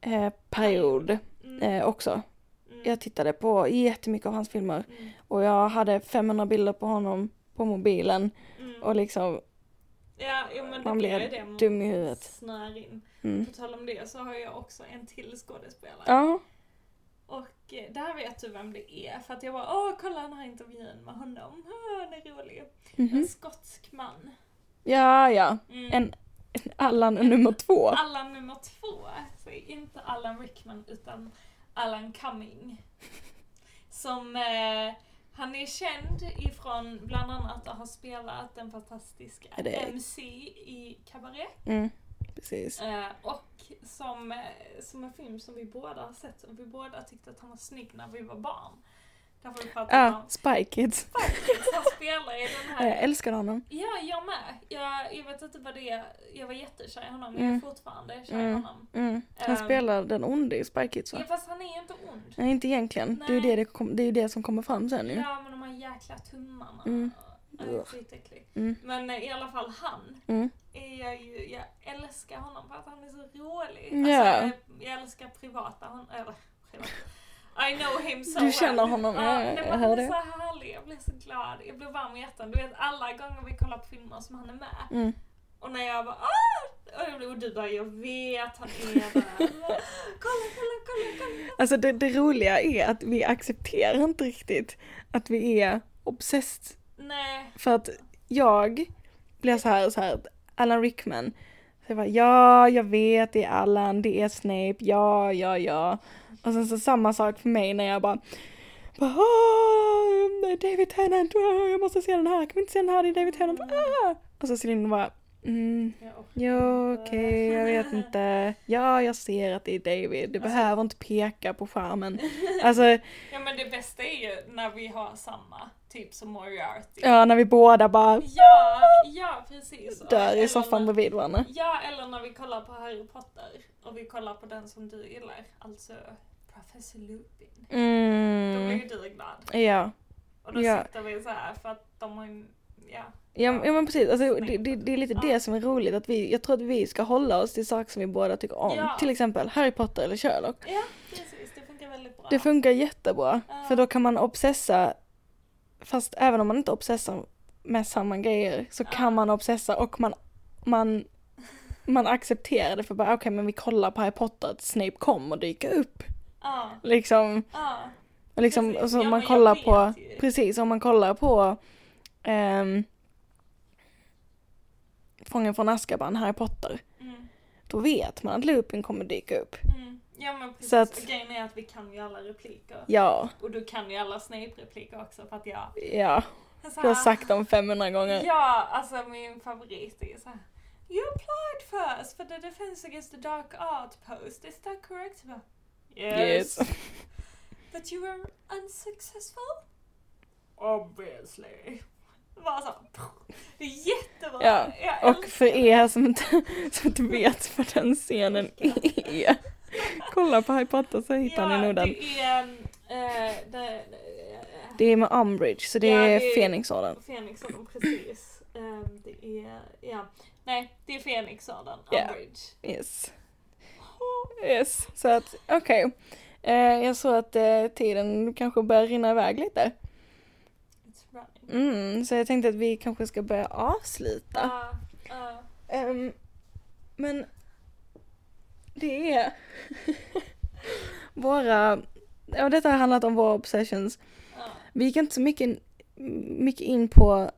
eh, period mm, eh, också. mm, Jag tittade på jättemycket av hans filmer mm, och jag hade 500 bilder på honom på mobilen mm. och liksom Ja, jo, men det man blir blev ju det. Man dum i huvudet. snör in. Mm. På tal om det så har jag också en till skådespelare. Ja, Och eh, där vet du vem det är för att jag bara åh kolla den här intervjun med honom, Åh, han är rolig. mhm. En skotsk man. ja, ja. Mm. En, en Allan nummer två. Allan nummer två, så inte Allan Rickman utan Allan Cumming. Som, eh, han är känd ifrån bland annat att ha spelat den fantastiska Är det- MC i Cabaret. Mm. Precis. Eh, och som, eh, som en film som vi båda har sett och vi båda tyckte att han var snygg när vi var barn. Därför vi pratade om Ja, Spy Kids. faktiskt han spelar i den Jag här. älskar honom. Ja, jag med. Jag, jag vet inte vad det är. Jag var jättekär i honom, men jag är Mm. fortfarande kär i Mm. honom. Mm. Han Ehm. spelar den onde i Spy Kids va? Ja, fast han är ju inte ond. Nej, inte egentligen. Det är ju Nej. det, det, kom, det, är ju det som kommer fram sen ju. Ja, men de här jäkla tummarna. Mm. Han är Ugh. skitäcklig. Mm. Men eh, i alla fall han Mm. är jag ju, jag älskar honom för att han är så rolig. Ja. Alltså, jag- jag älskar privata hon, eller privat. I know him so Du känner well. honom, Ja, ja, nej, jag men hör Han är det. så härlig, jag blir så glad, jag blir varm i hjärtan. Du vet alla gånger vi kollar på filmer som han är med Mm. Och när jag bara Åh! Och jag blev- Och du bara jag vet han är där. kolla, kolla, kolla, kolla. Alltså det, det roliga är att vi accepterar inte riktigt att vi är obsessed. Nej. För att jag blir så här, så här Alan Rickman. Så jag bara, ja, jag vet, det är Alan, det är Snape, ja, ja, ja. Och sen så samma sak för mig när jag bara, bara "Åh, David Tennant, åh, jag måste se den här, kan vi inte se den här, det är David Tennant. Ah! Och så Celine bara, mm, Jag orkar Ja, inte. okej, jag vet inte. Ja, jag ser att det är David. Du behöver inte peka på skärmen. Alltså, Ja men det bästa är ju när vi har samma, typ som Moriarty. ja, när vi båda bara Ja, ja precis. dör i Eller soffan när- bredvid varandra. Ja, eller när vi kollar på Harry Potter och vi kollar på den som du gillar, alltså Professor Lupin. Då blir Mm. ju du glad. Ja. Och då Ja. sitter vi så här för att de har ju, ja. Ja, ja men precis, alltså, det, det, det är lite det som är roligt att vi, jag tror att vi ska hålla oss till saker som vi båda tycker om. Ja. Till exempel Harry Potter eller Sherlock. Ja, precis. Det funkar väldigt bra. Det funkar jättebra, Ja. för då kan man obsessa, fast även om man inte obsessar med samma grejer så kan man obsessa och man, man, man accepterar det för bara okej men vi kollar på Harry Potter att Snape kommer dyka upp. Ja, Liksom, ja. och liksom Precis. och så Ja, men man jag kollar vet på, ju. precis om man kollar på ehm, Fången från Azkaban, Harry Potter, Mm, då vet man att Lupin kommer dyka upp. mm. Ja men precis. Så att- Och Grejen är att vi kan ju alla repliker. Ja, Och du kan ju alla Snape-repliker också för att jag... ja, Så jag har här- sagt dem 500 gånger. Ja, alltså min favorit är så här. You applied first for the defense against the dark art post, is that correct? Jag bara, Yes. But you were unsuccessful? Obviously. Bara så, här, pff. det är jättebra. Ja, Jag Och älskar för det. er som inte, som inte vet vad den scenen är, kolla på Harry Potter så hittar ni nog den. det är... eh, det, eh, Det är med Umbridge, så det Ja, är det är- Fenixorden. Fenixorden, precis. Eh, det är... Ja. Nej, det är Fenixorden, Ja. Umbridge. Yes. Yes, så att okej. Eh, jag såg att eh, tiden kanske börjar rinna iväg lite. It's running. Ah, Mm, så jag tänkte att vi kanske ska börja avsluta. Ja, ja. Ehm, men det är våra, ja detta har handlat om våra obsessions. Ja. Vi gick inte så mycket, mycket in på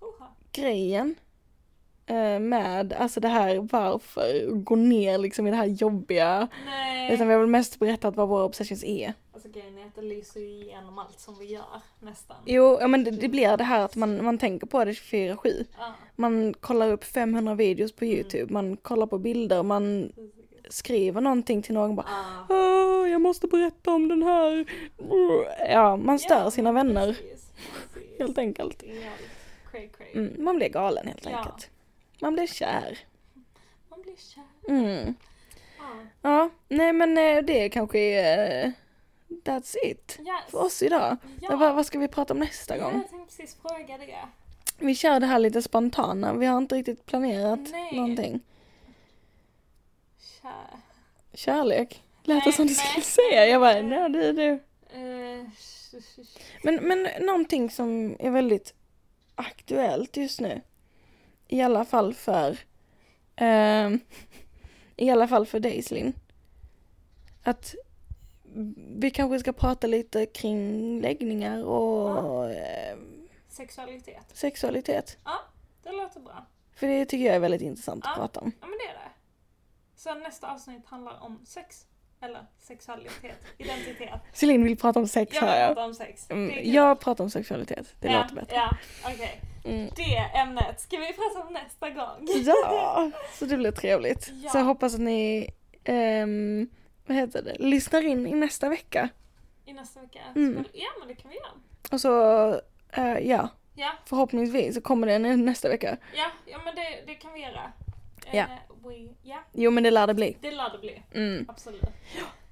Hoha. grejen eh, med, alltså det här varför gå ner liksom i det här jobbiga. Nej. Utan vi har väl mest berättat vad våra obsessions är. Alltså grejen är att det lyser ju igenom allt som vi gör nästan. Jo, ja, men det, det blir det här att man, man tänker på det 24-7. Ja, Man kollar upp 500 videos på Mm. YouTube, man kollar på bilder, man precis. skriver någonting till någon bara Ja. Åh, jag måste berätta om den här. Ja, man stör Ja, sina vänner Precis, precis. helt enkelt. Det är jävligt cray cray. Mm, man blir galen helt Ja. enkelt. Man blir kär. Man blir kär. Mm. Ja. Ja, nej men eh, det kanske är... eh, That's it. Yes. För oss idag. Ja. Vad, vad ska vi prata om nästa Ja, gång? jag tänkte precis fråga det. Vi kör det här lite spontana. Vi har inte riktigt planerat Nej. någonting. Kär. Kärlek. Lät det Nej, som du nej. skulle säga. Jag bara, nej det är du. Eh, sh- sh- sh- Men, men någonting som är väldigt aktuellt just nu. I alla fall för... ehm, I alla fall för dig Celine. Att vi kanske ska prata lite kring läggningar och ehm, Sexualitet. sexualitet. Det låter bra. För det tycker jag är väldigt intressant att Ja. prata om. Ja men det är det. Så nästa avsnitt handlar om sex. Eller sexualitet. Identitet. Celine vill prata om sex Jag hör vill jag. prata om sex. Det är Mm, kul. jag pratar om sexualitet. Det ja, låter bättre. Ja, okej. Mm. Det ämnet ska vi prata om nästa gång. Ja, så det blir trevligt. Ja. Så jag hoppas att ni ehm, vad heter det? lyssnar in i nästa vecka. I nästa vecka. Mm. Ja men det kan vi göra. Och så, eh, ja, Ja, förhoppningsvis så kommer den i nästa vecka. ja, ja men det, det kan vi göra. Eh, Ja. we, ja, Jo men det lär det bli. det lär det bli. Mm. Absolut.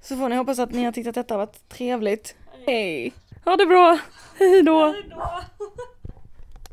Så får ni hoppas att ni har tyckt att detta har varit trevligt. Okej. Hej! Ha det bra! Hej då! Hej då.